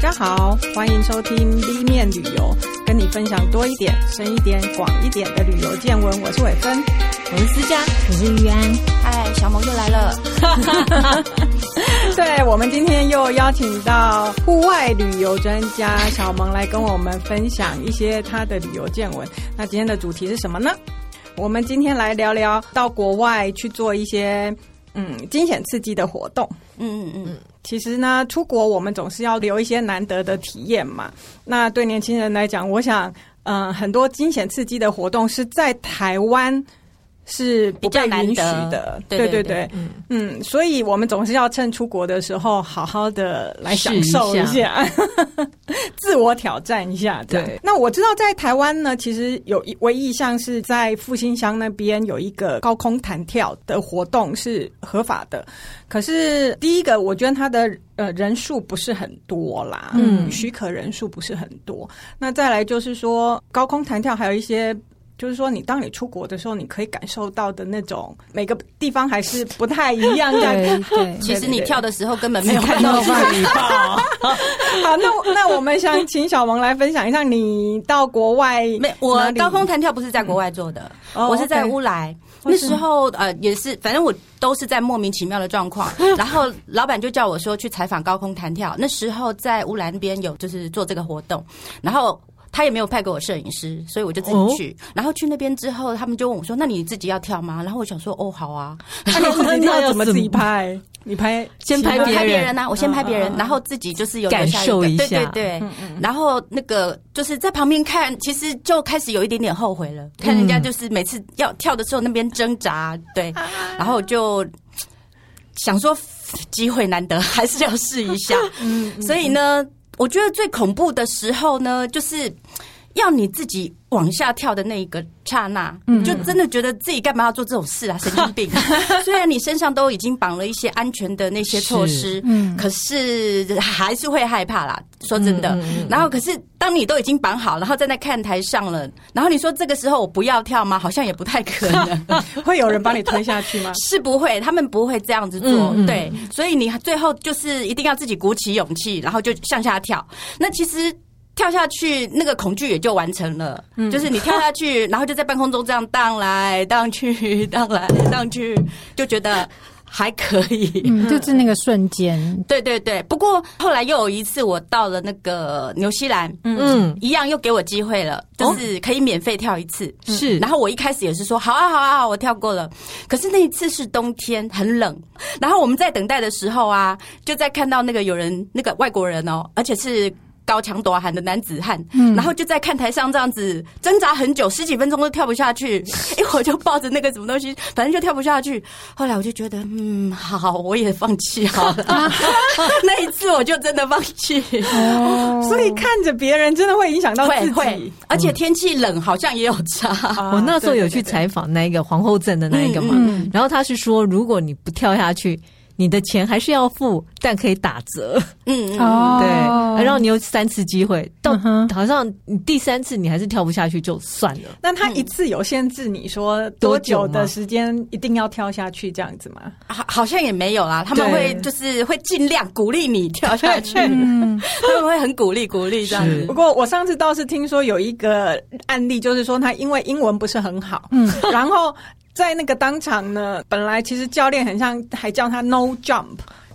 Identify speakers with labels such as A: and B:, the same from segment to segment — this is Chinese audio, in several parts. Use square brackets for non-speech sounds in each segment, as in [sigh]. A: 家好，欢迎收听 B 面旅游，跟你分享多一点、深一点、广一点的旅游见闻。我是伟芬，
B: 我是思佳，
C: 我是玉安。
B: 嗨，哎小萌又来了。
A: 对，我们今天又邀请到户外旅游专家小萌来跟我们分享一些他的旅游见闻。那今天的主题是什么呢？我们今天来聊聊到国外去做一些嗯惊险刺激的活动。
B: 嗯嗯嗯，
A: 其实呢，出国我们总是要留一些难得的体验嘛。那对年轻人来讲，我想，嗯、很多惊险刺激的活动是在台湾是不被
B: 比较难
A: 允许
B: 得
A: 的。
B: 对
A: 对
B: 对
A: 对
B: 对，
A: 嗯，所以我们总是要趁出国的时候，好好的来享受一
C: 试一
A: 下， [laughs] 自我挑战一下。这样
C: 对，
A: 那我知道在台湾呢，其实有一唯一像是在复兴乡那边有一个高空弹跳的活动是合法的，可是第一个，我觉得它的呃人数不是很多啦，嗯，
C: 嗯
A: 许可人数不是很多。那再来就是说，高空弹跳还有一些。就是说，你当你出国的时候，你可以感受到的那种每个地方还是不太一样这样 [laughs]
C: 对对，
B: 其
A: 对
B: 实
A: 对
B: 你
A: 对
B: 跳的时候根本没有
A: 只
B: 看
A: 看
B: 到
A: 到
B: 自己。
A: [laughs] 好，那我那我们想请小萌来分享一下，你到国外
B: 没，我
A: 哪里
B: 高空弹跳不是在国外做的，
A: 哦
B: 我是在
A: OK
B: 乌来。
A: 哦
B: 那
A: 是
B: 时候呃也是，反正我都是在莫名其妙的
A: [laughs]
B: 状况。然后老板就叫我说去采访高空弹跳。那时候在乌来那边有就是做这个活动，然后。他也没有派给我摄影师，所以我就自己去。
A: 哦
B: 然后去那边之后，他们就问我说：“那你自己要跳吗？”然后我想说：“哦，好啊。”
A: 那你自己跳怎么自己拍？你拍
C: 先拍
B: 我
C: 别
B: 拍别
C: 人嗯
B: 人啊，我先拍别人，然后自己就是有留
C: 感
B: 下
C: 受
B: 一
C: 一
B: 个对
C: 下嗯
B: 对对，然后那个就是在旁边看，其实就开始有一点点后悔
C: 嗯
B: 了，看人家就是每次要跳的时候那边挣扎，对，
C: 啊
B: 然后就想说机会难得，还是要
C: [laughs]
B: 试一下，所以呢，我觉得最恐怖的时候呢，就是。要你自己往下跳的那一个刹那，就真的觉得自己干嘛要做这种事啊？神经病！虽然你身上都已经绑了一些安全的那些措施，可是还是会害怕啦。说真的，然后可是当你都已经绑好，然后站在看台上了，然后你说这个时候我不要跳吗？好像也不太可能。
A: 会有人把你推下去吗？
B: 是不会，他们不会这样子做，
C: 嗯嗯
B: 对，所以你最后就是一定要自己鼓起勇气，然后就向下跳。那其实。跳下去，那个恐惧也就完成了。
C: 嗯
B: 就是你跳下去， [laughs] 然后就在半空中这样荡来荡去，荡来荡去，就觉得还可以。
C: 嗯，就是那个瞬间，
B: 对对对。不过后来又有一次，我到了那个纽西兰，
C: 嗯，哦
B: 一样又给我机会了，就是可以免费跳一次。嗯
C: 是
B: 然后我一开始也是说好啊好啊，好我跳过了。可是那一次是冬天，很冷。然后我们在等待的时候啊，就在看到那个有人，那个外国人哦，而且是。高强短喊的男子汉，
C: 嗯
B: 然后就在看台上这样子挣扎很久，十几分钟都跳不下去。 [laughs] 一会儿就抱着那个什么东西，反正就跳不下去。后来我就觉得，嗯，好，我也放弃好了。
C: [laughs]
B: [laughs] 那一次我就真的放弃。嗯
A: 所以看着别人真的会影响到自
B: 会
A: 己
B: 会。，而且天气冷好像也有差。
A: 啊
D: 我哦那时候有去
A: 对对对
D: 采访那一个皇后镇的那一个嘛，
B: 嗯
D: 然后他是说，如果你不跳下去，你的钱还是要付，但可以打折，
B: [laughs] 嗯，嗯
C: 哦
D: 对，然后你有三次机会，到、
C: 嗯哼
D: 好像你第三次你还是跳不下去就算了，
A: 那
B: 嗯
A: 他一次有限制你说多
D: 多
A: 久
D: 久
A: 的
D: 吗
A: 时间一定要跳下去这样子吗？
B: 好，好像也没有啦。他们
A: 对
B: 会就是会尽量鼓励你跳下 [laughs] 去，
C: 嗯，
B: 他们会很鼓励鼓励这样
D: 是
B: 子
A: 不。过我上次倒是听说有一个案例，就是说他因为英文不是很好，嗯，然后在那个当场呢，本来其实教练很像还叫他 no jump，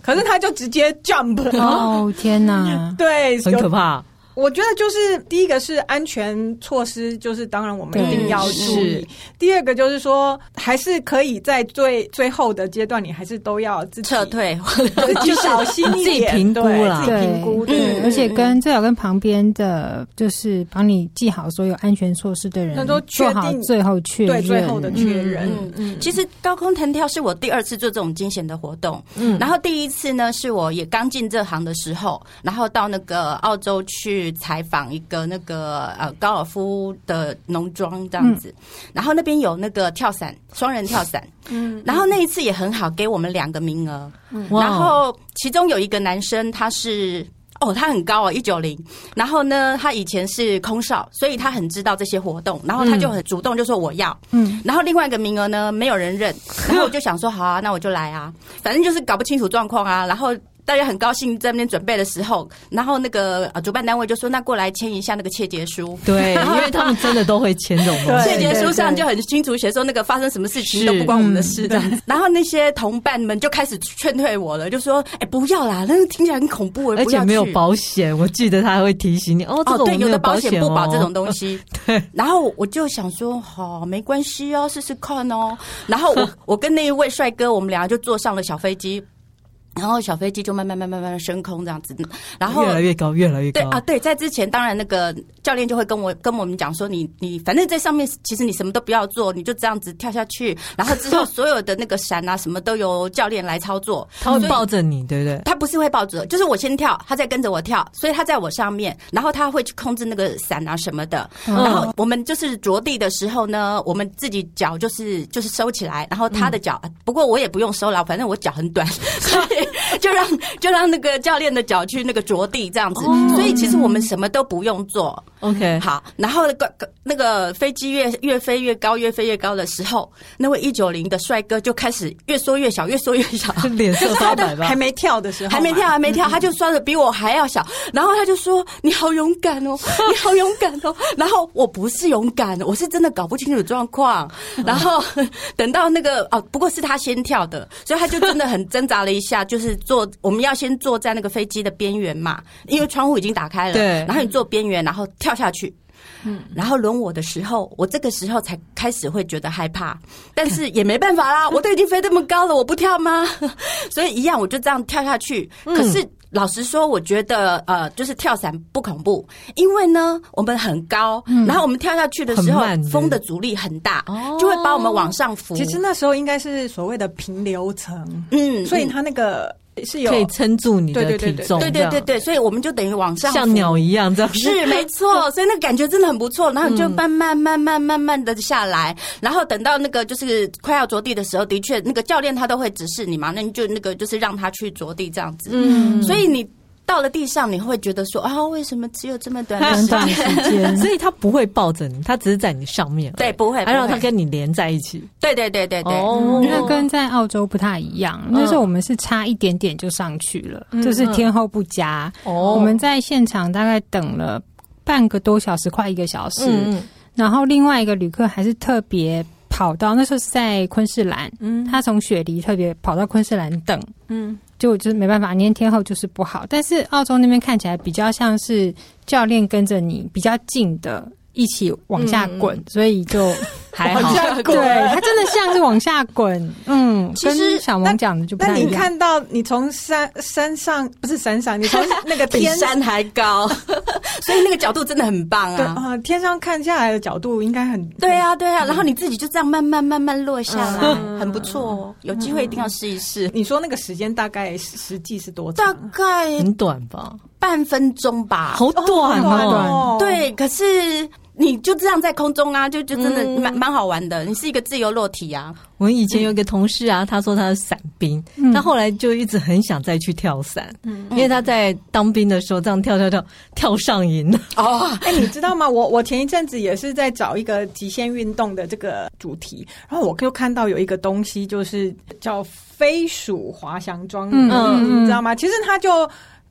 A: 可是他就直接 jump
C: 哦天哪，
A: 对，
D: 很
A: 有
D: 可怕。
A: 我觉得就是第一个是安全措施，就是当然我们一定要注意
D: 嗯是。
A: 第二个就是说，还是可以在最最后的阶段，你还是都要自己
B: 撤，退，
A: 自己小心一点，
D: 自己评估
A: 对
D: 啦
A: 自己评估。
B: 对
A: 对，
B: 嗯
C: 而且跟最好跟旁边的，就是帮你记好所有安全措施的人
A: 那都，确定
C: 做好最后确
A: 对
C: 认，
A: 最后的确认
B: 嗯，
A: 嗯，
B: 其实高空弹跳是我第二次做这种惊险的活动，嗯，然后第一次呢是我也刚进这行的时候，然后到那个澳洲去采访一个那个呃高尔夫的农庄这样子，然后那边有那个跳伞，双人跳伞，嗯，然后那一次也很好，给我们两个名额，
D: 哇
B: 然后其中有一个男生，他是哦，他很高哦，一九零。然后呢，他以前是空少，所以他很知道这些活动，然后他就很主动就说我要。嗯，然后另外一个名额呢，没有人认，然后我就想说好啊，那我就来啊，反正就是搞不清楚状况啊，然后大家很高兴在那边准备的时候，然后那个呃主办单位就说：“那过来签一下那个切结书。” [laughs]
D: 对，因为他们真的都会签这种东西。
B: 切结书上
A: 对对
B: 就很清楚写说那个发生什么事情都
D: 是嗯
B: 不关我们的事这样子。然后那些同伴们就开始劝退我了，就说：“哎，不要啦，那个听起来很恐怖，欸
D: 而
B: 不要
D: 且
B: 去
D: 没有保险，我记得他还会提醒你哦，这个
B: 哦，
D: 我
B: 对，
D: 们没
B: 有的
D: 保
B: 险
D: 险
B: 不保
D: 哦
B: 这种东西。
D: [laughs] 对，
B: 然后我就想说，好、没关系哦，试试看哦。然后
D: [laughs]
B: 我我跟那一位帅哥，我们俩就坐上了小飞机，然后小飞机就慢慢慢慢慢慢升空这样子。然后
D: 越来越高，越来越
B: 对
D: 高
B: 啊，对，在之前当然那个教练就会跟我跟我们讲说你，你反正在上面其实你什么都不要做，你就这样子跳下去，然后之后所有的那个闪啊什么都由教练来操作。
D: 他会抱着你，对不对？
B: 他不是会抱着，就是我先跳，他再跟着我跳，所以他在我上面，然后他会去控制那个伞啊什么的。然后我们就是着地的时候呢，我们自己脚就是就是收起来，然后他的脚，不过我也不用收了，反正我脚很短， [laughs] 所以就让就让那个教练的脚去那个着地这样子。所以其实我们什么都不用做，
D: OK，
B: [laughs] 好，然后那个那个飞机越越飞越高，越飞越高的时候，那位一九零的帅哥就开始越缩越小，越缩越小，
D: 脸色发白吧
A: 还？没跳的时候嘛，嗯
B: 还没跳，还没跳，他就摔的比我还要小。然后他就说：“你好勇敢
A: [laughs]
B: 哦，你好勇敢哦。”然后我不是勇敢，我是真的搞不清楚状况。
A: 嗯
B: 然后等到那个哦，不过是他先跳的，所以他就真的很挣扎了一下，就是坐我们要先坐在那个飞机的边缘嘛，因为窗户已经打开了，
D: 对
B: 然后你坐边缘，然后跳下去。
A: 嗯
B: 然后轮我的时候，我这个时候才开始会觉得害怕，但是也没办法啦，我都已经飞这么高了，我不跳吗？所以一样，我就这样跳下去。可是老实说，我觉得呃，就是跳伞不恐怖，因为呢，我们很高，然后我们跳下去的时候
D: 很慢对，
B: 风的阻力很大
D: 哦，
B: 就会把我们往上浮。
A: 其实那时候应该是所谓的平流层，
B: 嗯
A: 所以
B: 嗯
A: 他那个是有
D: 可以撑住你的
A: 对
D: 体
A: 对对
D: 重，
B: 对对对对，所以我们就等于往
D: 这
B: 上
D: 样，
B: 浮
D: 像鸟一样这样。
B: 是没错，所以那个感觉真的很不错。然后你就慢慢、慢慢、慢慢的下来，然后等到那个就是快要着地的时候，的确那个教练他都会指示你嘛，那你就那个就是让他去着地这样子。
D: 嗯，
B: 所以你到了地上，你会觉得说啊，为什么只有这么短 [laughs] 的
C: 短
B: 时
C: 短
B: 间？
C: 时间，
D: [laughs] 所以他不会抱着你，他只是在你上面而已，
B: 对，不会，
D: 还让
B: 不
D: 他
B: 会
D: 跟你连在一起。
B: 对对对对对，
A: 嗯
D: 哦
C: 那跟在澳洲不太一样，那时候我们是差一点点就上去了，
A: 嗯
C: 就是天候不佳。
D: 哦
C: 我们在现场大概等了半个多小时，快一个小时。
D: 嗯
C: 然后另外一个旅客还是特别跑到那时候是在昆士兰，
A: 嗯
C: 他从雪梨特别跑到昆士兰等，
A: 嗯
C: 就就是没办法，那天天后就是不好。但是澳洲那边看起来比较像是教练跟着你比较近的。一起往下滚，所以就
D: 还好
A: 嗯往下滚
C: 对他真的像是往下滚，嗯，
A: 其实
C: 跟小萌讲的就不
A: 那
C: 太一
A: 你
C: 样。
A: 看到你从山山上不是山上，你从那个
B: 比
A: 天
B: [laughs] 山还高，所以那个角度真的很棒
A: 对
B: 啊。
A: 啊、天上看下来的角度应该很
B: 对啊，对啊，然后你自己就这样慢慢慢慢落下来，很不错哦。有机会一定要试一试。
A: 你说那个时间大概实实际是多
B: 大
A: 长？
B: 概
D: 很短吧，
B: 半分钟吧。
D: 好短
A: 哦，
D: 哦。
B: 对，可是你就这样在空中啊，就就真的蛮蛮、好玩的。你是一个自由落体啊，
D: 我以前有一个同事啊，他说他是伞兵，他后来就一直很想再去跳伞，因为他在当兵的时候这样跳跳跳跳上瘾了。
B: 哦，
A: 哎、你知道吗？我我前一阵子也是在找一个极限运动的这个主题，然后我就看到有一个东西，就是叫飞鼠滑翔装，嗯，
C: 嗯嗯
A: 你知道吗？其实它就。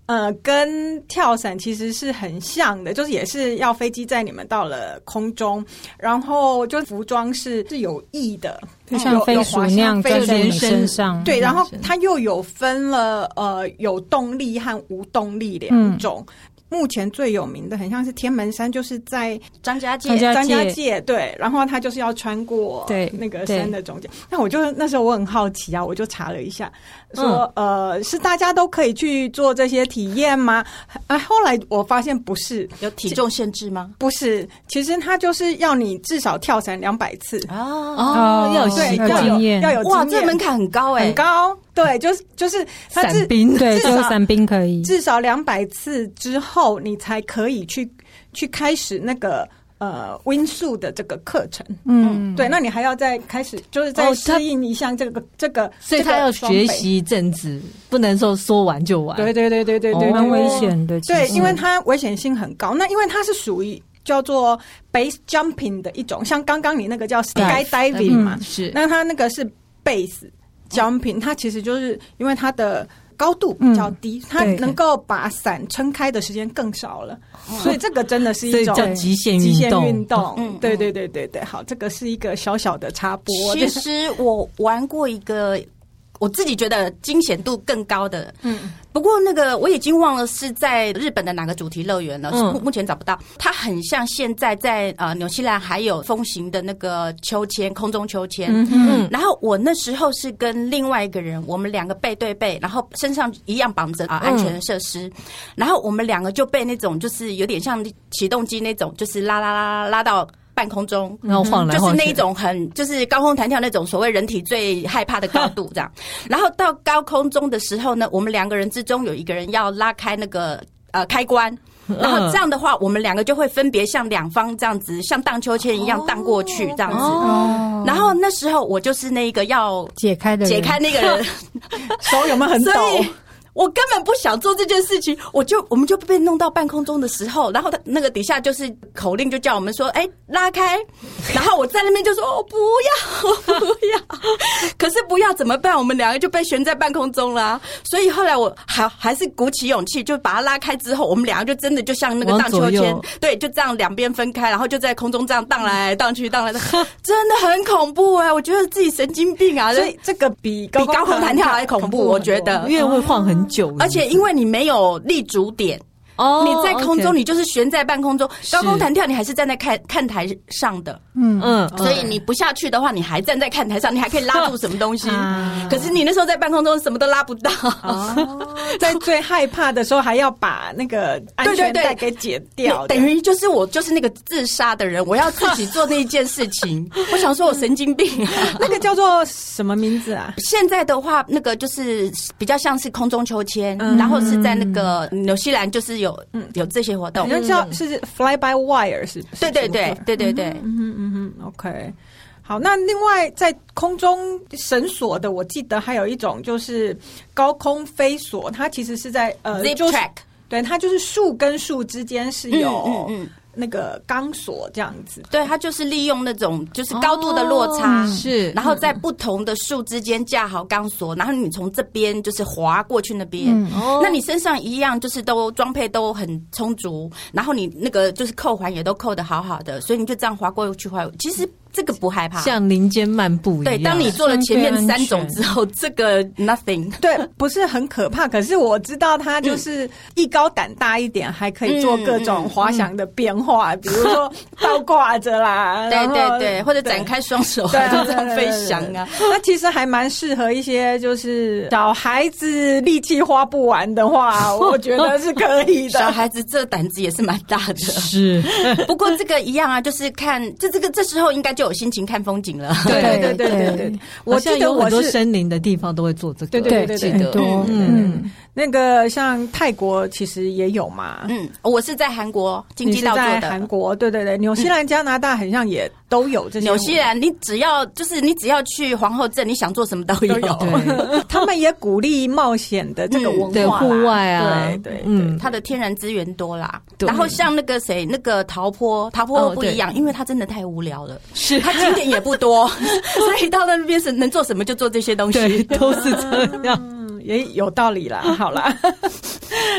A: 呃，跟跳伞其实是很像的，就是也是要飞机载你们到了空中，然后就服装是是有翼的，
C: 就像
A: 有
C: 飞
A: 有
C: 鼠
A: 滑
C: 那
A: 翔
C: 样
A: 飞
C: 在
A: 鼠
C: 你
D: 连身
C: 身上，
A: 对，然后
D: 是
A: 它又有分了呃有动力和无动力两
C: 嗯
A: 种。目前最有名的很像是天门山，就是在
B: 张家界
C: 张家
A: 张家
C: 界
A: 界对，然后他就是要穿过
C: 对
A: 那个
C: 对
A: 山的中间。那我就那时候我很好奇啊，我就查了一下，说、呃是大家都可以去做这些体验吗？啊，后来我发现不是，
B: 有体重限制吗？
A: 不是，其实他就是要你至少跳伞两百次，
B: 啊，
D: 哦，要有习
A: 对，要
C: 有
D: 惯
C: 经
A: 有
C: 验
A: 要有
B: 哇，
A: 经
B: 这
A: 验
B: 门槛很高哎、
A: 很高，对，就是就是他
D: 伞
A: 是。
D: 兵，
C: 对，
A: 至
C: 只
A: 少
C: 有伞兵可以。
A: 至少两百次之后，你才可以去去开始那个呃温素的这个课程。
C: 嗯，
A: 对，那你还要再开始，就是再
D: 哦他
A: 适应一项这个这个，
D: 所以他要学习一阵子，不能说说完就完。
A: 这个双倍。对对对对对对对，
D: 哦
C: 蛮危险的。
A: 对，
C: 其实
A: 因为它危险性很高。那因为它是属于叫做 base jumping 的一种，像刚刚你那个叫嗯 skydiving 嘛，
D: 是
A: 那它那个是 base jumping，它其实就是因为它的。高度
B: 嗯
A: 比较低，它
C: 对
A: 能够把伞撑开的时间更少了，
B: 哦
A: 所以这个真的是
D: 所
A: 一
D: 以
A: 种
D: 叫极限
A: 极限
D: 动。
A: 运动。
B: 嗯嗯
A: 对对对对对，好，这个是一个小小的插播。
B: 其实我玩过一个，我自己觉得惊险度更高的，
A: 嗯，
B: 不过那个我已经忘了是在日本的哪个主题乐园了，
D: 嗯
B: 目、目前找不到。它很像现在在呃纽西兰还有风行的那个秋千，空中秋千。
A: 嗯
D: 嗯，
B: 然后我那时候是跟另外一个人，我们两个背对背，然后身上一样绑着啊、
D: 嗯
B: 安全设施，然后我们两个就被那种就是有点像启动机那种，就是拉拉拉拉拉到半空中，
D: 然后晃来
B: 嗯就是
D: 晃去，
B: 那一种很就是高空弹跳那种所谓人体最害怕的高度这
D: [laughs]
B: 样。然后到高空中的时候呢，我们两个人之中有一个人要拉开那个呃开关。
D: 嗯
B: 然后这样的话，我们两个就会分别向两方这样子，像荡秋千一样荡过去这样子。
C: 哦，
B: 然后那时候我就是那一个要
C: 解开的人
B: 解开那个人，
A: 手有没有很抖
B: 所？以我根本不想做这件事情，我就我们就被弄到半空中的时候，然后他那个底下就是口令，就叫我们说：“哎、拉开。”然后我在那边就说：“我、不要，我不要。”可是不要怎么办？我们两个就被悬在半空中啦、所以后来我还还是鼓起勇气，就把它拉开之后，我们两个就真的就像那个
D: 往
B: 荡
D: 左
B: 秋
D: 右
B: 千，对，就这样两边分开，然后就在空中这样荡来荡去，荡来 [laughs] 荡，真的很恐怖哎、我觉得自己神经病啊！
A: 所以这个比
B: 比
A: 高
B: 高空弹跳还恐怖，我觉得。
D: 因为会晃很久，
B: 而且因为你没有立足点，
D: 哦，
B: 你在空中
D: OK，
B: 你就是悬在半空中，
D: 是
B: 高空弹跳你还是站在看看台上的，
C: 嗯。
D: 嗯，
A: 哦
B: 所以你不下去的话，你还站在看台上，你还可以拉住什么东
A: [laughs]
B: 西
C: 啊
B: 可是你那时候在半空中什么都拉不到，
A: 哦， [laughs] 在最害怕的时候还要把那个安全带给解 [laughs] 掉，
B: 等于就是我就是那个自杀的人，我要自己做那一件事
A: [laughs]
B: 情。我想说，我神经病啊！
A: 那个叫做什么名字啊？
B: 现在的话，那个就是比较像是空中秋千，
A: 嗯
B: 然后是在那个纽西兰，就是有、
A: 嗯
B: 有这些活动嗯
A: 好。像叫是 fly by wire 是不是？
B: 对对对对对对，
A: 嗯哼嗯哼，OK。好，那另外在空中绳索的，我记得还有一种就是高空飞索，它其实是在呃
B: zip
A: 就是
B: track，
A: 对，它就是树跟树之间是
B: 嗯
A: 有
B: 嗯嗯
A: 那个钢索这样子。
B: 对，它就是利用那种就是高度的落差，
D: 是
B: 然后在不同的树之间架好钢索，然后你从这边就是滑过去那边。
C: 嗯
D: 哦
B: 那你身上一样，就是都装配都很充足，然后你那个就是扣环也都扣的好好的，所以你就这样滑过去滑。其实这个不害怕，
D: 像林间漫步一样，
B: 对，当你做了前面三种之后，这个 nothing。
A: 对，不是很可怕，可是我知道它就是
B: 嗯
A: 艺高胆大一点，还可以做各种滑翔的变化，比如说倒挂着啦，
B: [laughs] 对
A: 然后
B: 对对，或者展。开双手啊，
A: 对
B: [laughs] 就这样飞翔啊！
A: 那其实还蛮适合一些，就是小孩子力气花不完的
B: [laughs]
A: 话，我觉得是可以
B: 小
A: 的。
B: 孩子这胆子也是蛮大的。[laughs]
D: [laughs] 是
B: 不过这个一样啊，就是看这这个这时候应该就有心情看风景了。
D: 对
A: 对对对对，我
D: 好像
A: 记得
D: 有
A: 我
D: 很多
A: 是
D: 森林的地方都会做这个，
A: 对对对对
D: 记
C: 很
D: 得
C: 多
D: 嗯
C: 嗯
A: 那个像泰国其实也有嘛，
B: [laughs] 嗯，我是在韩国经
A: 你
B: 济
A: 是
B: 道
A: 在
B: 做
A: 韩
B: 的。
A: 国，对对对，纽西兰、加拿大很像也都有这些活动。
B: 纽西兰，你只要就是你只要去皇后镇，你想做什么都有。
A: [laughs]
D: 对
A: 他们也鼓励冒险的这个文
D: 对
A: 化啦、
D: 户外啊，
A: 对对对。
D: 嗯，
B: 它的天然资源多啦，
D: 对
B: 然后像那个谁，那个陶坡，陶坡
D: 哦
B: 不
D: 对
B: 一样，因为它真的太无聊了，是它景点也不多， [laughs] 所以到那边是能做什么就做这些东
D: 对
B: [laughs]
D: [laughs]
B: 西。
D: 都是这样，
A: 嗯也有道理啦，好啦。 [laughs]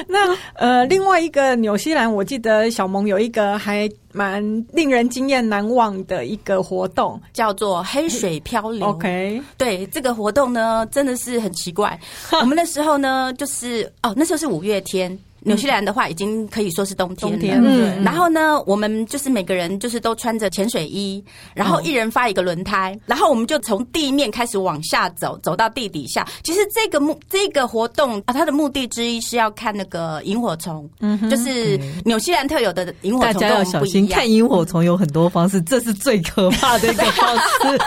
A: 那呃，另外一个纽西兰，我记得小萌有一个还蛮令人惊艳难忘的一个活动。
B: 叫做黑水漂流。
A: OK，
B: 对这个活动呢，真的是很奇
D: [laughs]
B: 怪。我们那时候呢，就是哦，那时候是五月天，纽西兰的话已经可以说是冬天
A: 冬
B: 了。
A: 天对
D: 嗯
B: 然后呢，我们就是每个人就是都穿着潜水衣，然
D: 嗯
B: 后一人发一个轮胎，然后我们就从地面开始往下走，走到地底下。其实这个目这个活动啊，它的目的之一是要看那个萤火虫，就是纽西兰特有的萤火
D: 嗯大
B: 虫跟
D: 家
B: 我
D: 要
B: 们
D: 小
B: 不一
D: 心
B: 样
D: 看。萤火虫有很多方式，这是最可怕的一个方
B: [laughs]
D: 式。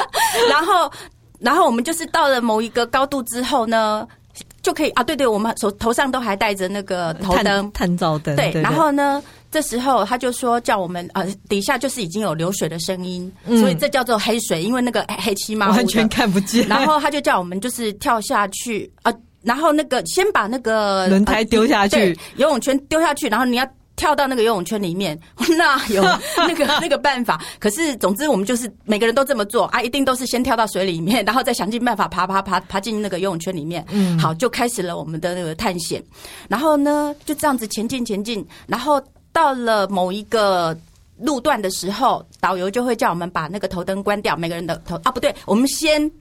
B: 然后，然后我们就是到了某一个高度之后呢，就可以啊，对对，我们手头上都还带着那个头灯
D: 探，探照灯，
B: 对
D: 对，，
B: 然后呢，这时候他就说叫我们呃，底下就是已经有流水的声音，
D: 嗯
B: 所以这叫做黑水，因为那个黑黑漆嘛，
D: 完全看不见，
B: 然后他就叫我们就是跳下去啊、然后那个先把那个呃
D: 轮胎丢下去
B: 对游泳圈丢下去，然后你要。跳到那个游泳圈里面， [laughs] 那
D: [laughs]
B: 有那个那个办法。可是总之我们就是每个人都这么做啊，一定都是先跳到水里面， [laughs] 然后再想尽办法爬爬爬爬进那个游泳圈里面。嗯，好，就开始了我们的那个探险。然后呢，就这样子前进前进，然后到了某一个。路段的时候，导游就会叫我们把那个头灯关掉，每个人的头啊不对，我们先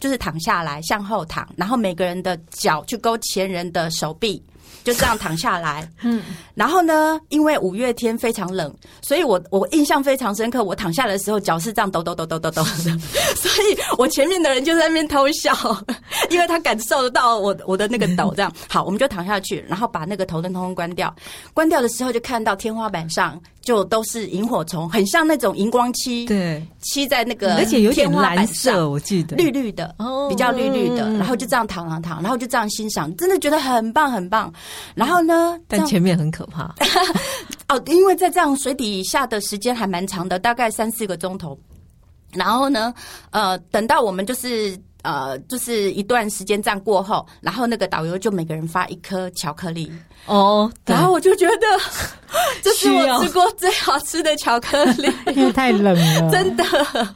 B: 就是躺下来向后躺，然后每个人的脚去勾前人的手臂，就这样躺下来。嗯，然后呢，因为五月天非常冷，所以我我印象非常深刻，我躺下来的时候脚是这样抖抖抖抖抖抖的，所以我前面的人就在那边偷笑，因为他感受得到我我的那个抖这样。好，我们就躺下去，然后把那个头灯通通关掉。关掉的时候就看到天花板上就都是萤火虫，很像那种荧光漆，
D: 对，
B: 漆在那个
D: 而且有点
B: 天花板
D: 蓝
B: 上
D: 色，我记得
B: 绿绿的，
D: 哦
B: 比较绿绿的，
D: 嗯
B: 然后就这样躺躺躺，然后就这样欣赏，真的觉得很棒很棒。然后呢，这
D: 但
B: 样
D: 前面很可
B: [laughs]
D: 怕。
B: 哦，因为在这样水底下的时间还蛮长的，大概三四个钟头。然后呢，呃，等到我们就是呃，就是一段时间这样过后，然后那个导游就每个人发一颗巧克力，
D: 哦，对
B: 然后我就觉得 [laughs] 这是
D: 需要
B: 我吃过最好吃的巧克
D: [laughs]
B: 力。 [laughs]
C: 因为太冷了，
B: 真的、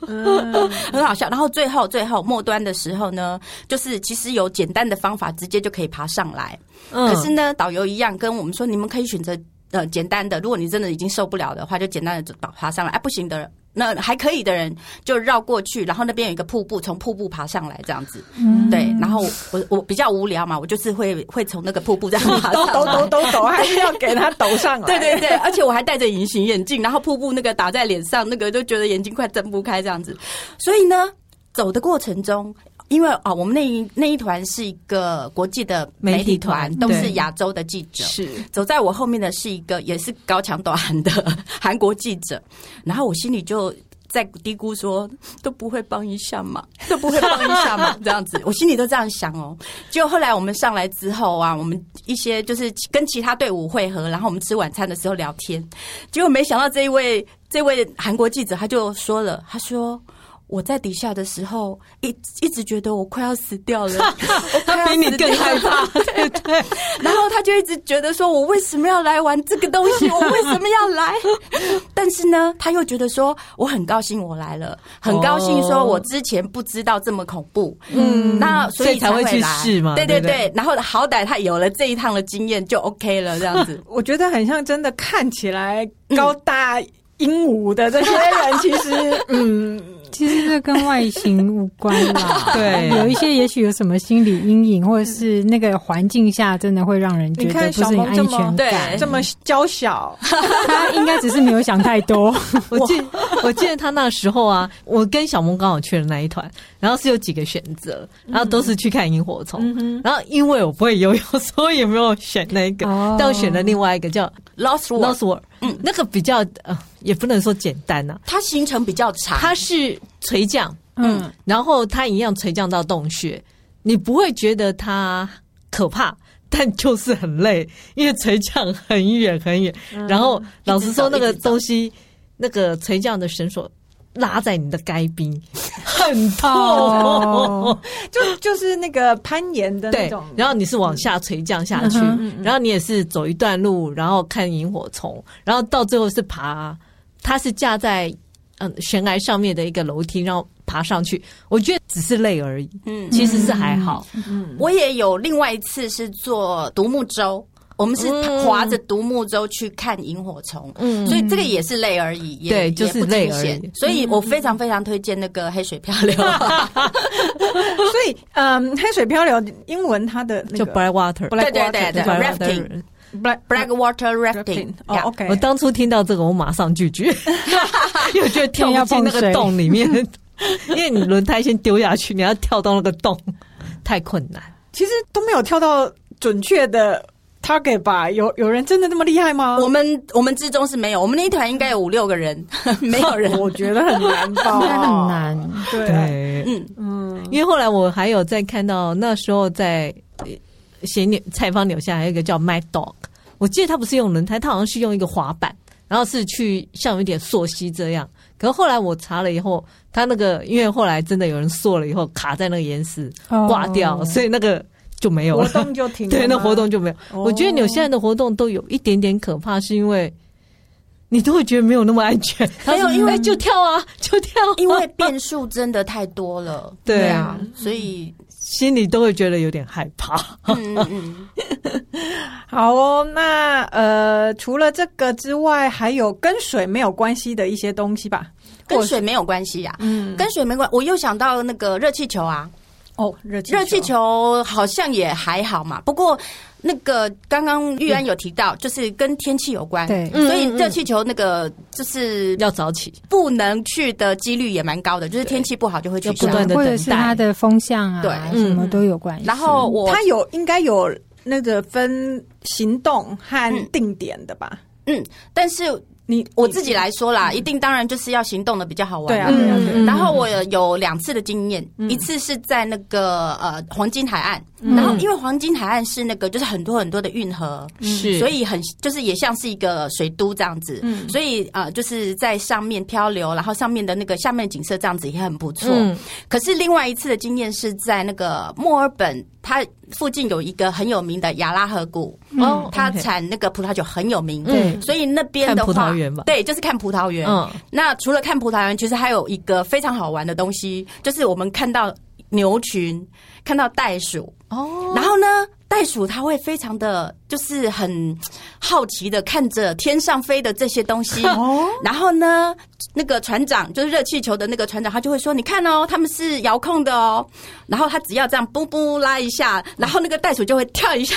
A: 嗯啊
B: 很好笑。然后最后最后末端的时候呢，就是其实有简单的方法，直接就可以爬上来。
D: 嗯
B: 可是呢，导游一样跟我们说，你们可以选择呃简单的，如果你真的已经受不了的话，就简单的爬爬上来。哎、不行的人。那还可以的人就绕过去，然后那边有一个瀑布，从瀑布爬上来这样子，
C: 嗯
B: 对。然后我我我比较无聊嘛，我就是会会从那个瀑布这样爬上
A: 抖
B: 来，
A: 抖抖抖抖，还是要给它抖上来。啊
B: 对对 [laughs] 对，而且我还戴着隐形眼镜，然后瀑布那个打在脸上，那个就觉得眼睛快睁不开这样子。所以呢，走的过程中，因为啊、我们那一那一团是一个国际的媒体团，
D: 媒体团
B: 都是
D: 对
B: 亚洲的记者。
A: 是。
B: 走在我后面的是一个也是高强短韩的 [laughs] 韩国记者，然后我心里就。在嘀咕说都不会帮一下嘛，都不会帮一下嘛，
D: [laughs]
B: 这样子，我心里都这样想哦。结果后来我们上来之后啊，我们一些就是跟其他队伍会合，然后我们吃晚餐的时候聊天，结果没想到这一位这位韩国记者他就说了，他说我在底下的时候一一直觉得我快要死掉了，我快要
D: [laughs] 他比你
B: 死
D: 更
B: 掉
D: 害
B: 了
D: 怕，对对，
B: [laughs] 然后他就一直觉得说，我为什么要来玩这个东西？我为什么要
D: [laughs]
B: 来？但是呢，他又觉得说，我很高兴我来了，很高兴说我之前不知道这么恐怖，嗯，那所
D: 所
B: 以
D: 以才会
B: 会
D: 去
B: 来
D: 试嘛
B: 对
D: 对不。
B: 对。然后好歹他有了这一趟的经验，就 OK 了，这样子
A: 我觉得很像真的看起来高大英武的这些人，其实嗯，
C: 其实这跟外形无关啦
D: 对
C: 有一些也许有什么心理阴影，或者是那个环境下真的会让人觉
A: 你
C: 得
A: 看
C: 不是
A: 小
C: 很
A: 萌
C: 安
A: 这
C: 全
A: 么
C: 感。
B: 对
A: 这么娇小，
C: 他应该只是没有想太多。
D: [laughs] 我记我记得他那时候啊，我跟小萌刚好去了那一团，然后是有几个选择，然后
B: 嗯
D: 都是去看萤火虫，然后因为我不会游泳， [laughs] 所以也没有选那个，
C: 哦
D: 但我选了另外一个叫
B: Lost World，
D: Lost World，嗯，那个比较呃，也不能说简单呐、
B: 它行程比较长，
D: 它是垂降，
C: 嗯，
D: 然后它一样垂降到洞穴，你不会觉得它可怕。但就是很累，因为垂降很远很远。然后老实说，
B: 一直走
D: 那个
B: 一直走
D: 东西，那个垂降的绳索拉在你的该冰，很
C: [laughs]
D: 痛。
C: 哦
A: 就 [laughs] 就是那个攀岩的那
D: 对
A: 种，，
D: 然后你是往下垂降下去，
C: 嗯
D: 然后你也是走一段路，然后看萤火虫，然后到最后是爬，它是架在嗯悬崖上面的一个楼梯，然后爬上去。我觉得只是累而已，
B: 嗯，
D: 其实是还好。
A: 嗯
B: 我也有另外一次是做独木舟，我们是
D: 嗯
B: 划着独木舟去看萤火虫，
D: 嗯
B: 所以这个也是累而已，也
D: 对
B: 也
D: 就是
B: 不
D: 累
B: 惊
D: 而
B: 险
D: 已
B: 所以我非常非常推荐那个黑水漂流，
A: 所以嗯，黑水漂流英文它的那
D: 就
A: 个
D: black water，
A: black
B: [laughs] 对对对
A: water，
B: 对，rafting
D: black water
A: black
B: black water
A: rafting
B: rafting，
A: 哦
B: yeah
A: OK，
D: 我当初听到这个，我马上拒绝，因为我觉得跳
C: 因为要
D: 不进那
C: 碰
D: 个
C: 水
D: 洞里面，因为你轮胎先丢下去，你要跳到那个洞，太困难。
A: 其实都没有跳到准确的 target 吧？有有人真的那么厉害吗？
B: 我们我们之中是没有，我们那一团应该有五六个人， [laughs] 没有人。
A: 我觉得很难
B: [laughs]
A: 吧，
C: 应该很。难。
A: 对，
B: 嗯，
A: 嗯，
D: 因为后来我还有在看到那时候在呃斜扭蔡方扭下还有一个叫 Mad Dog，我记得他不是用轮胎，他好像是用一个滑板，然后是去像有点溯溪这样。可是后来我查了以后，他那个因为后来真的有人溯了以后卡在那个岩石
C: 哦
D: 挂掉，所以那个就没有
A: 活
D: 了，
A: 动就停了吗。
D: 对，那活动就没有。
A: 哦，
D: 我觉得纽西兰的活动都有一点点可怕，是因为你都会觉得没有那么安
B: [laughs]
D: 全。
B: 没有
D: 他说
B: 因为
D: 哎就跳啊， [laughs] 就跳啊、
B: 因为变数真的太多了，
D: [laughs] 对
B: 啊，所以
D: 心里都会觉得有点害怕。
B: [laughs] 嗯嗯嗯，
A: 好哦。那呃，除了这个之外，还有跟水没有关系的一些东西吧？
B: 跟水没有关系呀、
A: 嗯，
B: 跟水没关，我又想到那个热气球啊，
A: 哦，热气
B: 热气球好像也还好嘛。不过那个刚刚玉安有提到，就是跟天气有关，
C: 对
B: 所以
D: 嗯嗯嗯
B: 热气球那个就是
D: 要早起，
B: 不能去的几率也蛮高的，就是天气不好就会取消
D: 不。断地
C: 或者是它的风向啊，
B: 对
C: 什么都有关系。
B: 然后我
A: 它有应该有那个分行动和
B: 嗯
A: 定点的吧？
B: 嗯，但是
A: 你
B: 我
A: 你
B: 自己来说啦，一定当然就是要行动的比较好玩。
A: 对啊，
D: 嗯
A: 对啊，
D: 嗯
A: 对啊
B: 然后我有两次的经验，一次是在那个呃黄金海岸，
D: 嗯
B: 然后因为黄金海岸是那个就是很多很多的运河，
D: 嗯是
B: 所
D: 以
B: 以很就是也像是一个水都这样子，
A: 嗯
B: 所以呃就是在上面漂流，然后上面的那个下面的景色这样子也很不错。
D: 嗯
B: 可是另外一次的经验是在那个墨尔本，它附近有一个很有名的雅拉河谷，
D: 哦
B: 它
D: OK
B: 产那个葡萄酒很有名，
D: 嗯
B: 所以那边的
D: 看葡
B: 话，
D: 萄园吧
B: 对，就是看葡萄园。
D: 嗯
B: 那除了看葡萄园，其实还有一个非常好玩的东西，就是我们看到牛群，看到袋鼠，
D: 哦，
B: 然后呢，袋鼠它会非常的就是很好奇的看着天上飞的这些东西，
C: 哦
B: 然后呢，那个船长就是热气球的那个船长，他就会说：“你看哦，他们是遥控的哦。” [laughs] 然后他只要这样嘣嘣拉一下，然后那个袋鼠就会跳一下，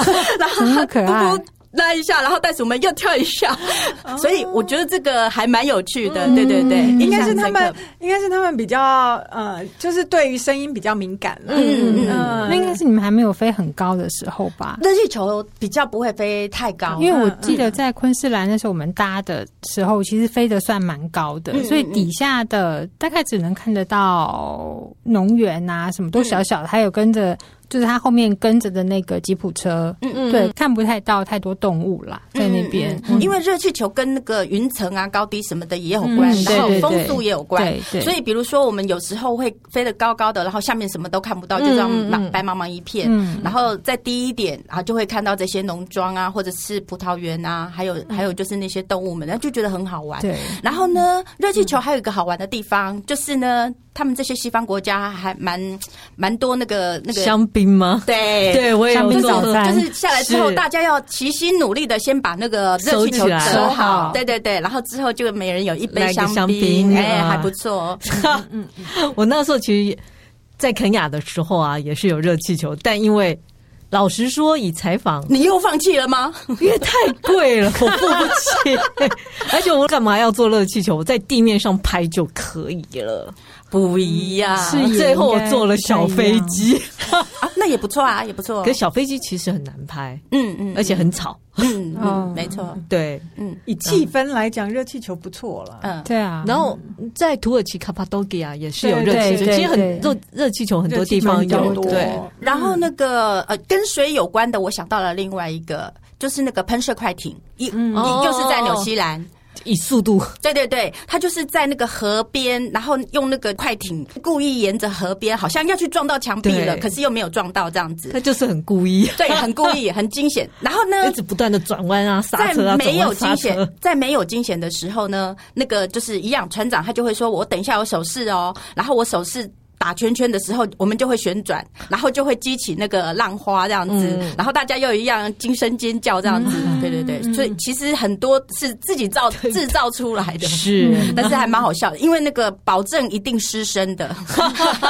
B: [laughs] 然后
C: 么
B: 它
C: 可爱哦
B: 嘣嘣拉一下，然后袋鼠们又跳一下，所以我觉得这个还蛮有趣的，
C: 嗯
B: 对对对，
A: 应该是他
B: 印象
A: 们
B: 深刻，
A: 应该是他们比较呃，就是对于声音比较敏感了。
B: 嗯嗯
A: 嗯
C: 那应该是你们还没有飞很高的时候吧？
B: 热气球比较不会飞太高，
C: 因为我记得在昆士兰那时候我们搭的时候，其实飞得算蛮高的，
B: 嗯
C: 所以底下的大概只能看得到农园啊，什么都小小的，还有跟着就是它后面跟着的那个吉普车，
B: 嗯
D: 嗯
C: 对，看不太到太多动物啦，在那边。
B: 嗯嗯嗯因为热气球跟那个云层啊、高低什么的也有关，
C: 嗯
B: 然
C: 对
B: 后
C: 对对
B: 风速也有关。
C: 对对，
B: 所以，比如说，我们有时候会飞得高高的，然后下面什么都看不到，就这样
D: 嗯嗯嗯
B: 白茫茫一片。
C: 嗯
B: 然后再低一点，然后就会看到这些农庄啊，或者是葡萄园啊，还
D: 嗯
B: 有还有就是那些动物们，然后就觉得很好玩。
C: 对，
B: 然后
D: 嗯
B: 呢，热气球还有一个好玩的地方，就是呢，他们这些西方国家还蛮蛮多那个那个
D: 香槟吗？
B: 对
D: 对，我也
C: 香
D: 有
C: 槟
D: 做
C: 早
D: [laughs]
C: 餐
B: 就是下来之后，
D: 是
B: 大家要齐心努力的先把那个热气球
D: 收起来
B: 折
C: 收好
B: 对对对，然后之后就每人有一杯
D: 来个香
B: 槟，
D: 槟
B: 哎，
D: 啊
B: 还不错。嗯
D: 我那时候其实也在肯雅的时候啊，也是有热气球，但因为老实说，以采访
B: 你又放弃了
D: [laughs]
B: 吗？
D: 因为太贵了，我付不起， [laughs] 而且我干嘛要做热气球？我在地面上拍就可以了。
B: 不一样，
C: 是也
D: 啊最后我
C: 应该
D: 坐了
C: 不太
D: 小
C: 一
D: 飞
C: 样
D: 机，
B: 嗯
D: [laughs]
B: 啊，那也不错啊，也不错
D: 可。是小飞机其实很难拍，
B: 嗯嗯，
D: 而且很吵。
B: 嗯
C: 哦
B: 嗯，没错，
D: 对，
B: 嗯
A: 以气氛来讲，热气球不错了。
B: 嗯，
C: 对啊，
D: 然后在土耳其卡帕多吉亚也是有热
C: 对
D: 气球，
C: 对
D: 其实很
C: 对
D: 热热气球很多地方
A: 热气球比较
B: 嗯
D: 有，
A: 多
D: 对，
B: 然后那个呃，跟水有关的，我想到了另外一个，就是那个喷射快艇，一
D: 哦
B: 又是在纽西兰。
D: 以速度
B: 对对对，他就是在那个河边，然后用那个快艇故意沿着河边，好像要去撞到墙壁了，
D: 对
B: 可是又没有撞到这样子
D: 他。就是很故意，啊
B: 对，很故意，很惊险。然后呢
D: [laughs] 一，直不断的转弯啊、刹
B: 在
D: 车啊、
B: 没
D: 转
B: 有
D: 弯
B: 惊
D: 刹
B: 险
D: 车，，
B: 在没有惊险的时候呢，那个就是一样船长他就会说：“我等一下有手势哦。”然后我手势。打圈圈的时候，我们就会旋转，然后就会激起那个浪花这样子，
D: 嗯
B: 然后大家又一样惊声尖叫这样子，对对对，所以其实很多是自己
D: [laughs]
B: 造制造出来的，
D: 是。
B: 但是还蛮好笑的，因为那个保证一定失声的，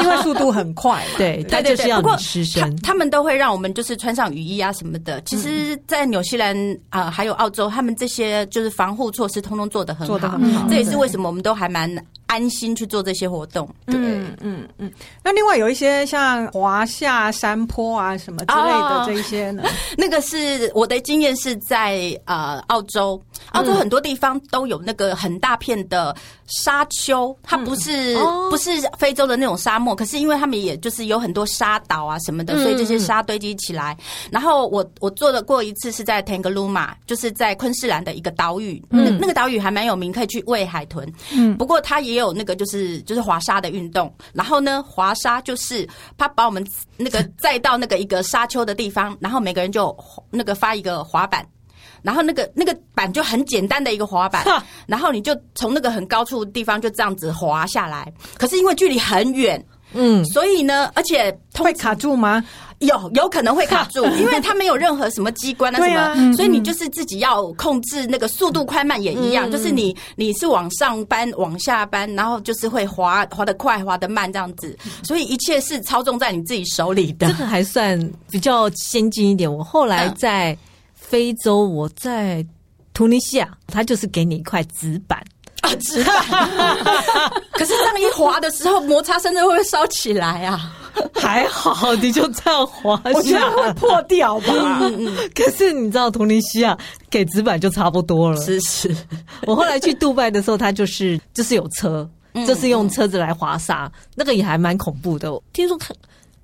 A: 因为速度很快
D: 对，他
B: 对对
D: 就是
B: 对。
D: 要
B: 不过
D: 你失
B: 他
D: 声，
B: 他们都会让我们就是穿上雨衣啊什么的。其实，在纽西兰啊、呃还有澳洲，他们这些就是防护措施，通通做得很
A: 做
B: 好，
A: 得很
C: 好
B: 嗯这也是为什么我们都还蛮安心去做这些活动。对。
A: 嗯嗯嗯。那另外有一些像华夏山坡啊什么之类的
B: 哦
A: 这一些呢，
B: 那个是我的经验是在呃澳洲，澳洲很多地方都有那个很大片的沙丘，它不是、
D: 哦
B: 不是非洲的那种沙漠，可是因为他们也就是有很多沙岛啊什么的，所以这些沙堆积起来。然后我我做的过一次是在 Tangaluma，就是在昆士兰的一个岛屿，那那个岛屿还蛮有名，可以去喂海豚。
C: 嗯
B: 不过它也有那个就是就是滑沙的运动，然后呢，滑沙就是他把我们那个载到那个一个沙丘的地方，然后每个人就那个发一个滑板。然后那个那个板就很简单的一个滑板，然后你就从那个很高处的地方就这样子滑下来。可是因为距离很远，
D: 嗯，
B: 所以呢，而且通
A: 会卡住吗？
B: 有有可能会卡住，因为它没有任何什么机关啊什
A: 对
B: 么，
A: 啊
B: 所以你就是自己要控制那个速度快慢也一样，就是你你是往上搬往下搬，然后就是会滑滑得快滑得慢这样子，所以一切是操纵在你自己手里的
D: [laughs] 这。个还算比较先进一点。我后来
B: 嗯
D: 在非洲，我在突尼西亚，它就是给你一块纸板，
B: 啊，直板。可是这样一滑的时候，摩擦甚至会不会烧起来啊？
D: 还好你就这样滑
A: 我觉
D: 下
A: 得会
D: 来。
A: 破掉
B: 嗯
A: 吧。
D: [laughs] 可是你知道，突尼西亚给纸板就差不多了。
B: 是是，
D: 我后来去杜拜的时候，它就是就是有车，
B: 嗯
D: 就是用车子来滑沙，那个也还蛮恐怖的。听说肯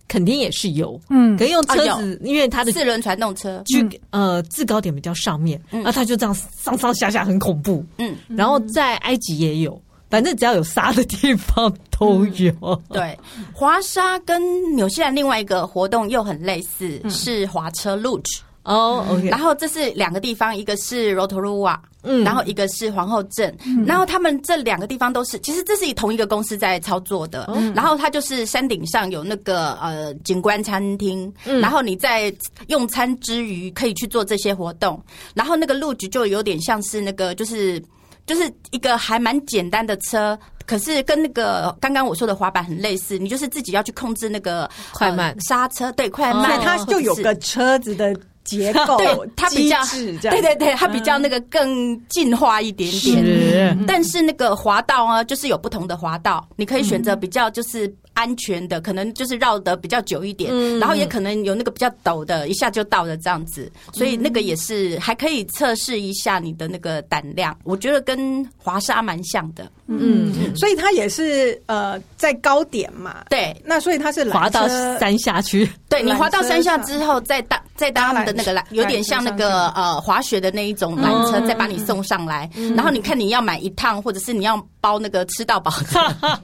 D: 肯定也是有，
C: 嗯
D: 可，是用车
B: 啊
D: 子，因为它的
B: 四轮传动车，
D: 去、
A: 嗯
D: 呃制高点比较上面，然后它就这样上上下下很恐怖。
B: 嗯，
D: 然后在埃及也有，反正只要有沙的地方都有。
A: 嗯
B: 对，滑沙跟纽西兰另外一个活动又很类似，是滑车 luge。
D: [laughs] 哦、o k
B: 然后这是两个地方，一个是 Rotorua，
D: 嗯
B: 然后一个是皇后镇，
A: 嗯
B: 然后他们这两个地方都是，其实这是同一个公司在操作的。
A: 哦
B: 然后它就是山顶上有那个呃景观餐厅，
A: 嗯
B: 然后你在用餐之余可以去做这些活动。然后那个路局就有点像是那个就是。就是一个还蛮简单的车，可是跟那个刚刚我说的滑板很类似，你就是自己要去控制那个
D: 快慢
B: 呃刹车，对快
A: 哦
B: 慢，
A: 所以它就有
B: 或者是
A: 个车子的结构，
B: 对它比较
A: 机制这样
B: 对对对，它比较那个更进化一点点。
D: 是
B: 但是那个滑道啊，就是有不同的滑道，你可以选择比较就是安全的，可能就是绕得比较久一点，
A: 嗯
B: 然后也可能有那个比较陡的，一下就到了这样子。
A: 嗯
B: 所以那个也是还可以测试一下你的那个胆量，我觉得跟滑沙蛮像的。
A: 嗯，所以它也是呃在高点嘛，
B: 对
A: 那所以它是缆车
D: 滑到山下去，
B: 对，你滑到山下
A: 缆车上
B: 之后，再搭再搭他们的那个缆，有点像那个
A: 缆
B: 呃滑雪的那一种缆车，再把你送上来。然后你看你要买一趟，或者是你要包那个吃到饱的，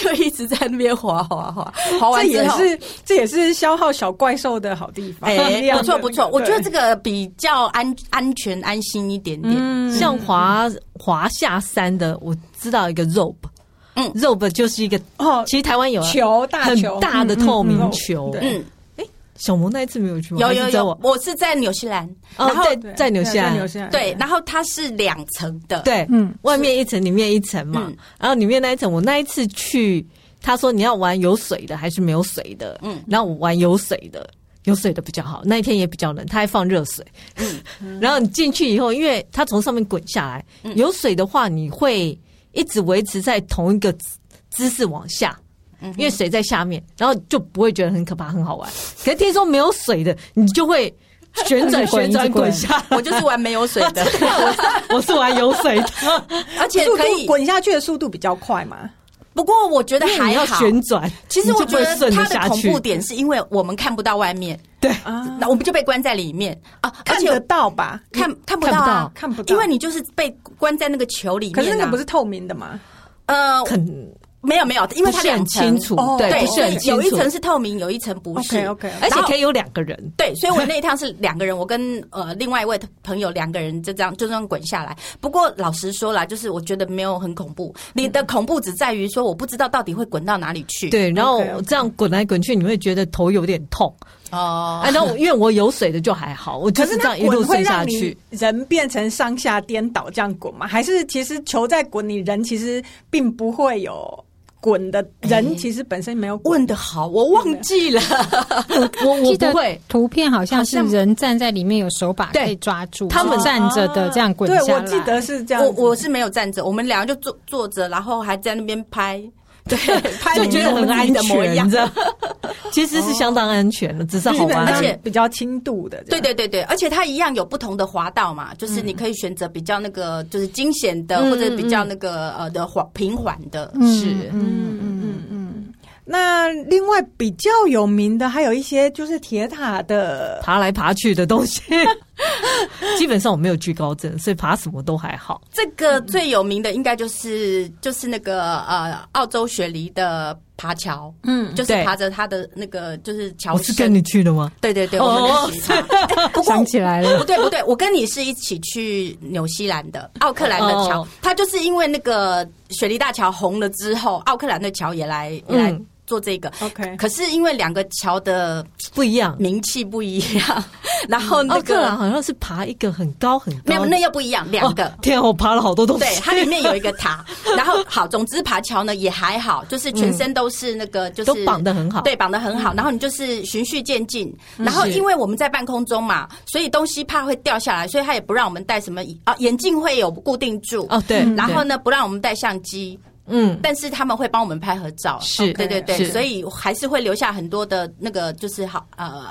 B: 就一直在那边滑滑滑，滑
A: 这
B: 完之
A: 也
B: 后。
A: 是这也是消耗小怪兽的好地方，一
B: 哎，
A: 样
B: 不错
A: 的
B: 不错，我觉得这
A: 对
B: 个比较安安全安心一点点。
A: 嗯
D: 像滑滑下山的，我知道一个 rope，
B: 嗯
D: ，rope 就是一个，
A: 哦
D: 其实台湾有啊
A: 球大
D: 很
A: 球
D: 大的透明
A: 嗯
D: 球。
A: 对
B: 嗯，
D: 小萌那一次没有去玩，
B: 有
D: 还是
B: 有
D: 只
B: 有
D: 我，
B: 我是在纽西兰，
D: 哦
B: 然后
D: 在
A: 对
D: 在纽西兰
A: 在纽西兰
B: 对，然后它是两层的，
D: 对，
C: 嗯
D: 外面一层，里面一层嘛。
B: 嗯
D: 然后里面那一层，我那一次去，他说你要玩有水的还是没有水的？
B: 嗯
D: 嗯，然后我玩有水的，有水的比较好。那一天也比较冷，他还放热水。
B: 嗯
D: [laughs] 然后你进去以后，因为它从上面滚下来，有水的话，你会一直维持在同一个姿姿势往下。
B: 嗯
D: 因为水在下面，然后就不会觉得很可怕、很好玩。可是听说没有水的，你就会旋转、
C: 一直滚
D: 旋转、
C: 一直滚
D: 滚下来。 [laughs]
B: 我就是玩没有水的，
D: 我是玩有水的，
B: 而且
A: 速
B: 可
A: 度
B: 以。
A: 滚下去的速度比较快嘛，
B: 不过我觉得
D: 因为
B: 还
D: 你要
B: 好，
D: 旋转，
B: 其实我觉
D: 你就不会
B: 得
D: 顺
B: 它
D: 着
B: 的
D: 下
B: 恐
D: 去
B: 怖点是因为我们看不到外面，
D: 对，
A: 啊，
B: 那我们就被关在里面啊，而
A: 看
B: 且
A: 得到吧？
B: 看看不到啊，
A: 看不到看不到
B: 因为你就是被关在那个球里面啊。
A: 可是那个不是透明的嘛？
B: 呃，
D: 很
B: 没有没有，因为
D: 不
B: 它
D: 是
B: 两
D: 很
B: 层
D: 清楚
A: 哦，
D: 对，
B: 对，
D: 不是
B: 所
D: 很
B: 以
D: 清
B: 有一
D: 楚，
B: 层是透明，有一层不是。
A: OK，OK，OK
D: 而且
B: 然后
D: 可以有两个人，
B: 对，所以我那一趟是两个人，我跟呃另外一位朋友两个人就这样就这样滚下来。不过老实说啦，就是我觉得没有很恐怖。你的恐怖只在于说我不知道到底会滚到哪里去。
D: 对，然后
A: OK，OK
D: 这样滚来滚去，你会觉得头有点痛。
B: 哦
D: 啊，，然后因为我有水的就还好，我就
A: 可
D: 是这
A: 那
D: 样一路
A: 滚会
D: 顺
A: 让
D: 下去
B: [laughs]
A: 你。人变成上下颠倒这样滚吗？还是其实球在滚，你人其实并不会有滚的，人其实本身没有滚
B: 问的好，我忘记了。
D: 我我
C: 记
D: 不
C: 得
D: 会，
C: 图片好像是
B: 好像
C: 人站在里面有手把
D: 对
C: 可以抓住，
D: 他们
C: 是站着的这样滚
A: 对，
C: 下
A: 我
C: 来。
A: 记得是这样
B: 我
A: 子。
B: 我是没有站着，我们俩就坐
D: [laughs]
B: 坐着，然后还在那边拍，对，拍
D: 就
B: 你
D: 觉得
B: 我
D: 很
B: 们自己
D: 安
B: 的模
D: 全，
B: 样
D: 你知。道？ [laughs] 其实是相当安全的，只是好玩
B: 哦
D: 啊
B: 而且
A: 比较轻度的，
B: 对对对对，而且它一样有不同的滑道嘛，就是你可以选择比较那个就是惊险的，或者比较那
D: 嗯
B: 个呃的缓平缓的，是
C: 嗯嗯嗯
A: 那另外比较有名的还有一些就是铁塔的，
D: 爬来爬去的东西。 [laughs] 基本上我没有惧高症，所以爬什么都还好。
B: 这个最有名的应该就是就是那个呃澳洲雪梨的爬桥，
C: 嗯
B: 就是
D: 对
B: 爬着它的那个就是桥
D: 我
B: 身。
D: 是跟你去的吗？
B: 对对对，
D: 哦
B: 我们一起爬。哎不
C: 嗯，
B: 过
C: 想起来了，
B: 不对不对，我跟你是一起去纽西兰的奥克兰的
D: 哦
B: 桥，它就是因为那个雪梨大桥红了之后，奥克兰的桥也来也来
D: 嗯
B: 做这个。
A: OK
B: 可是因为两个桥的
D: 不一样。
B: 名气不一样，然后那
D: 奥克兰
B: 个
D: 哦好像是爬一个很高很
B: 没有
D: 高的，
B: 那又不一样，两个
D: 哦。天啊，我爬了好多东西。
B: 对，它里面有一个
D: [laughs]
B: 塔，然后好，总之爬桥呢也还好，就是全身都是那个，就是
D: 嗯都绑得很好嗯
B: 对，绑得很好。然后你就是循序渐进，然后
D: 是
B: 因为我们在半空中嘛，所以东西怕会掉下来，所以他也不让我们带什么啊，眼镜会有固定住，
D: [laughs] 哦，对，
B: 然后
D: 对，
B: 呢不让我们带相机，
D: 嗯，
B: 但是他们会帮我们拍合照，哦
D: 是
B: 对对对，
D: 是
B: 所以还是会留下很多的那个就是好呃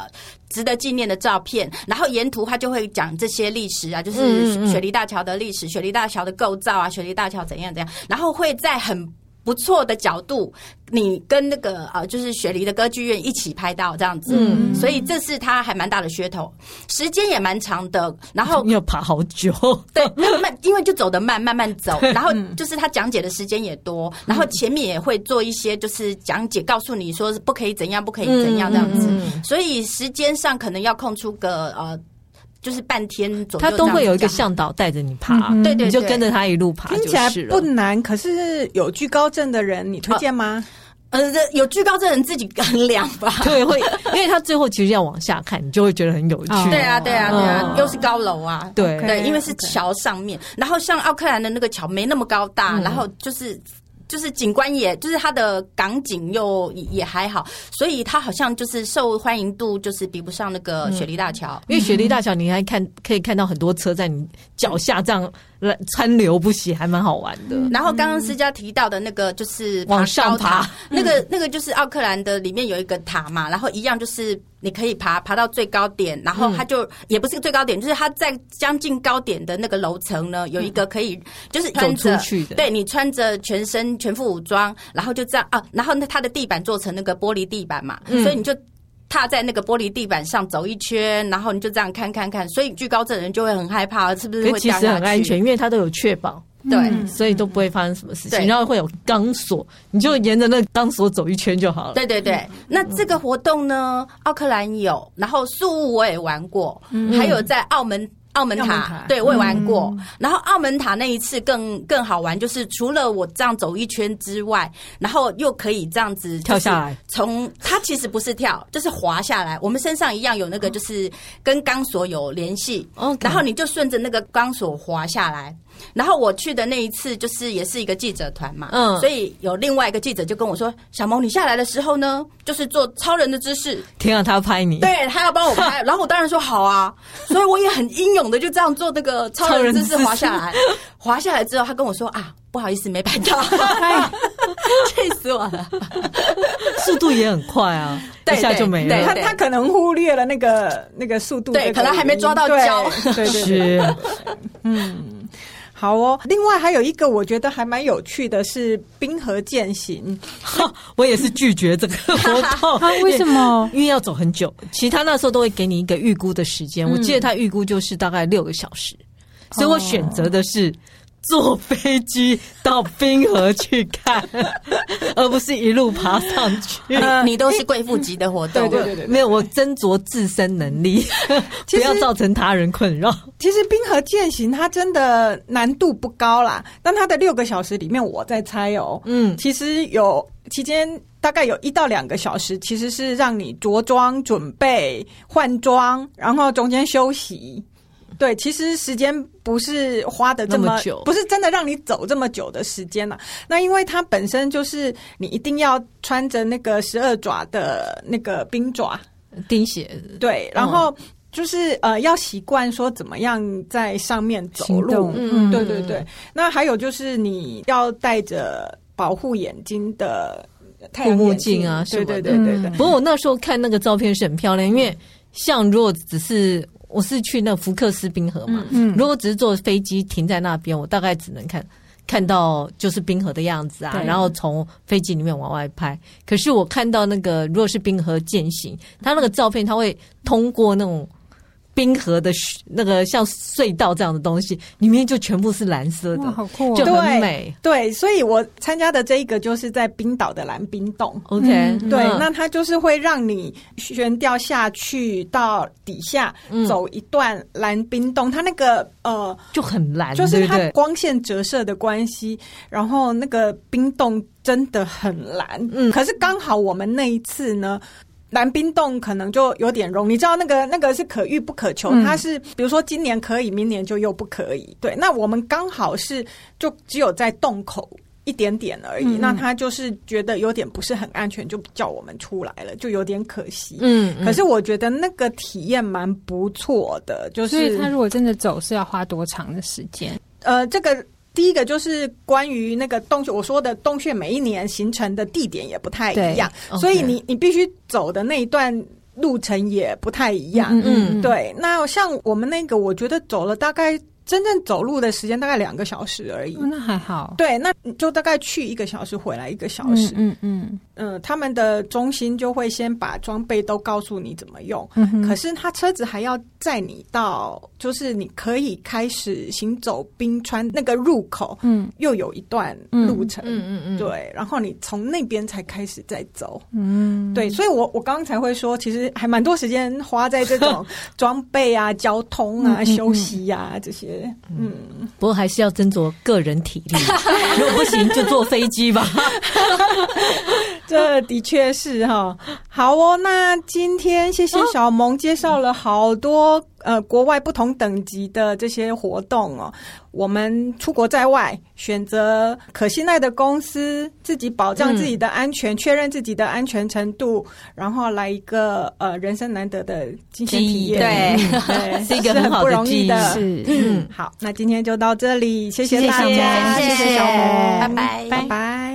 B: 值得纪念的照片。然后沿途他就会讲这些历史啊，就
D: 嗯嗯
B: 是
D: 嗯
B: 雪梨大桥的历史、雪梨大桥的构造啊、雪梨大桥怎样怎样，然后会在很。不错的角度，你跟那个呃，就是雪梨的歌剧院一起拍到这样子，
D: 嗯
B: 所以这是它还蛮大的噱头，时间也蛮长的，然后
D: 要爬好久。
B: 对，慢慢，因为就走得慢，慢慢
D: [laughs]
B: 走，
D: 嗯
B: 然后就是他讲解的时间也多，然后前面也会做一些就是讲解，告诉你说是不可以怎样，不可以怎样这样子，
D: 嗯嗯
B: 所以时间上可能要空出个呃，就是半天左右，
D: 他都会有一个，向导带着你爬，
C: 嗯
B: 对对
D: 你就
B: 对
D: 跟着他一路爬
A: 听起来
D: 就是
A: 不
D: 了。
A: 难，可是有惧高症的人，你
B: 啊
A: 推荐吗？
B: 呃，这有惧高症人自己 [laughs] 衡量吧。
D: 对，会，因为他最后其实要往下看，你就会觉得很有趣。
C: 哦
B: 对啊，对啊，对啊
D: 嗯，
B: 又是高楼啊，
D: 对
B: 对，
A: OK，
B: 因为是桥上面，然后像奥克兰的那个桥没那么高大，
D: 嗯
B: 然后就是。就是景观也，就是它的港景又也也还好，所以它好像就是受欢迎度就是比不上那
D: 嗯
B: 个雪梨大桥。
D: 因为雪梨大桥，你还看可以看到很多车在你脚下这样来川流不息，还蛮好玩的。
B: 然后刚刚思佳提到的那个就是
D: 嗯往上
B: 高塔
D: 爬，
B: 那
D: 嗯
B: 个那个就是奥克兰的里面有一个塔嘛，然后一样就是你可以爬爬到最高点，然
D: 嗯
B: 后它就、也不是最高点，就是它在将近高点的那个楼层呢，有一个可以就是穿着
D: 走嗯出去的
B: 对你穿着全身全副武装，然后就这样啊，然后那它的地板做成那个玻璃地板嘛，
D: 嗯
B: 所以你就。踏在那个玻璃地板上走一圈，然后你就这样看看看，所以惧高症的人就会很害怕，是不是
D: 可
B: 会
D: 是其
B: 掉下去？
D: 实很安全，因为它都有确保，
B: 对。
A: 嗯
D: 所以都不会发生什么事情。
B: 对
D: 然后会有钢索，你就沿着那个钢索走一圈就好了。嗯
B: 对对对，那这个活动呢，奥克兰有，然后宿务我也玩过，
D: 嗯
B: 还有在澳门。澳门
A: 澳门
B: 塔
A: 塔，
B: 对我也玩过。然后澳门塔那一次更更好玩，就是除了我这样走一圈之外，然后又可以这样子
D: 跳下来。
B: 从它其实不是跳，就是滑下来。我们身上一样有那个，
D: 哦
B: 就是跟钢索有联系。
D: OK
B: 然后你就顺着那个钢索滑下来。然后我去的那一次，就是也是一个记者团嘛，
D: 嗯
B: 所以有另外一个记者就跟我说：“小萌，你下来的时候呢，就是做超人的姿势，
D: 天啊，他拍你，
B: 对他要帮
A: [laughs]
B: 我拍。”然后我当然说好啊，所以我也很英勇的就这样做那个超人姿势滑
A: [laughs]
B: 下来。滑下来之后，他跟我说：“啊，不好意思，没拍到，
A: 哎
B: [laughs] 气死我了。”
D: 速度也很快啊，
B: [laughs] 对
D: 一下就没
B: 对
D: 了。
A: 他
B: 对
A: 他可能忽略了那个那个速度这
B: 对
A: 个原因，
B: 可能还没抓到
A: 对
B: 胶
A: 对对对
D: 是，
A: 好哦，另外还有一个我觉得还蛮有趣的是冰河践行，
D: 哈 [laughs] 我也是拒绝这个活
B: [laughs]
D: 动
C: 啊，为什么？
D: 因为要走很久，其实他那时候都会给你一个预估的时间，
B: 嗯
D: 我记得他预估就是大概六个小时，
B: 哦
D: 所以我选择的是坐飞机到冰河去看， [laughs] 而不是一路爬上去。
B: [laughs] 你都是贵妇级的活动，
A: 对对对
D: 没有，我斟酌自身能力，
A: 其
D: 不
A: 实
D: 要造成他人困扰。
A: 其实冰河践行它真的难度不高啦，但它的六个小时里面，我在猜哦，
D: 嗯，
A: 其实有期间大概有一到两个小时，其实是让你着装、准备、换装，然后中间休息。对，其实时间不是花的这么
D: 那么久
A: 不是真的让你走这么久的时间了、那因为它本身就是你一定要穿着那个十二爪的那个冰爪，
D: 钉鞋
A: 对，然后就是、呃，要习惯说怎么样在上面走
C: 行
A: 路
C: 动，
A: 嗯，对对对。那还有就是你要戴着保护眼睛的太阳
D: 护目
A: 眼
D: 镜啊什
A: 对
D: 么
A: 对
D: 的
A: 对对对。
C: 嗯
D: 不过我那时候看那个照片是很漂亮，因为像如果只是我是去那福克斯冰河嘛，
C: 嗯
D: 如果只是坐飞机停在那边，我大概只能看看到就是冰河的样子啊，
B: 对
D: 然后从飞机里面往外拍。可是我看到那个如果是冰河践行，它那个照片它会通过那种。冰河的雪那个像隧道这样的东西，里面就全部是蓝色
C: 哇，
D: 的，
C: 好酷
D: 就
C: 哦！
D: 很美。
A: 对，所以我参加的这一个就是在冰岛的蓝冰洞。
D: OK，、
C: 嗯
A: 对，
D: 嗯
A: 那它就是会让你悬吊下去到底下、
D: 嗯
A: 走一段蓝冰洞，它那个呃，
D: 就很蓝，
A: 就是
D: 对不
A: 它
D: 对
A: 光线折射的关系，然后那个冰洞真的很蓝。
D: 嗯
A: 可是刚好我们那一次呢。蓝冰洞可能就有点融，你知道那个那个是可遇不可求，
C: 嗯
A: 它是比如说今年可以，明年就又不可以。对，那我们刚好是就只有在洞口一点点而已，
C: 嗯嗯
A: 那他就是觉得有点不是很安全，就叫我们出来了，就有点可惜。
D: 嗯，嗯
A: 可是我觉得那个体验蛮不错的，就
C: 所以
A: 是
C: 他如果真的走是要花多长的时间？
A: 呃，这个第一个就是关于那个洞穴，我说的洞穴每一年形成的地点也不太一样，
D: 对
A: 所以
D: OK
A: 你你必须走的那一段路程也不太一样。
D: 嗯
A: 对，那像我们那个，我觉得走了大概真正走路的时间大概两个小时而已。
D: 嗯
C: 哦那还好。
A: 对，那你就大概去一个小时，回来一个小时。
C: 嗯嗯
A: 嗯、他们的中心就会先把装备都告诉你怎么用，
C: 嗯哼
A: 可是他车子还要载你到，就是你可以开始行走冰川那个入口，
C: 嗯
A: 又有一段路程。
D: 嗯嗯嗯，
A: 对，然后你从那边才开始再走，
C: 嗯，
A: 对，所以我我刚刚才会说，其实还蛮多时间花在这种装备啊、交通啊、
C: 嗯嗯嗯
A: 休息呀、这些，嗯，
D: 不过还是要斟酌个人体
A: [laughs]
D: 力，如果不行就坐飞机吧。
A: [laughs] 这的确是哈。好哦，那今天谢谢小萌介绍了好多呃国外不同等级的这些活动哦。我们出国在外，选择可信赖的公司，自己保障
D: 嗯
A: 自己的安全，确认自己的安全程度，然后来一个呃人生难得的惊险体验，
B: 记忆
A: 嗯对，
D: 是一个
A: 很
D: 很好
A: [laughs] 不
D: 的
A: 容易的。
C: 记忆是
A: 嗯，好，那今天就到这里，谢
C: 谢谢
A: 大家，
C: 小萌
A: 谢谢小萌，
B: 拜拜
A: 拜拜。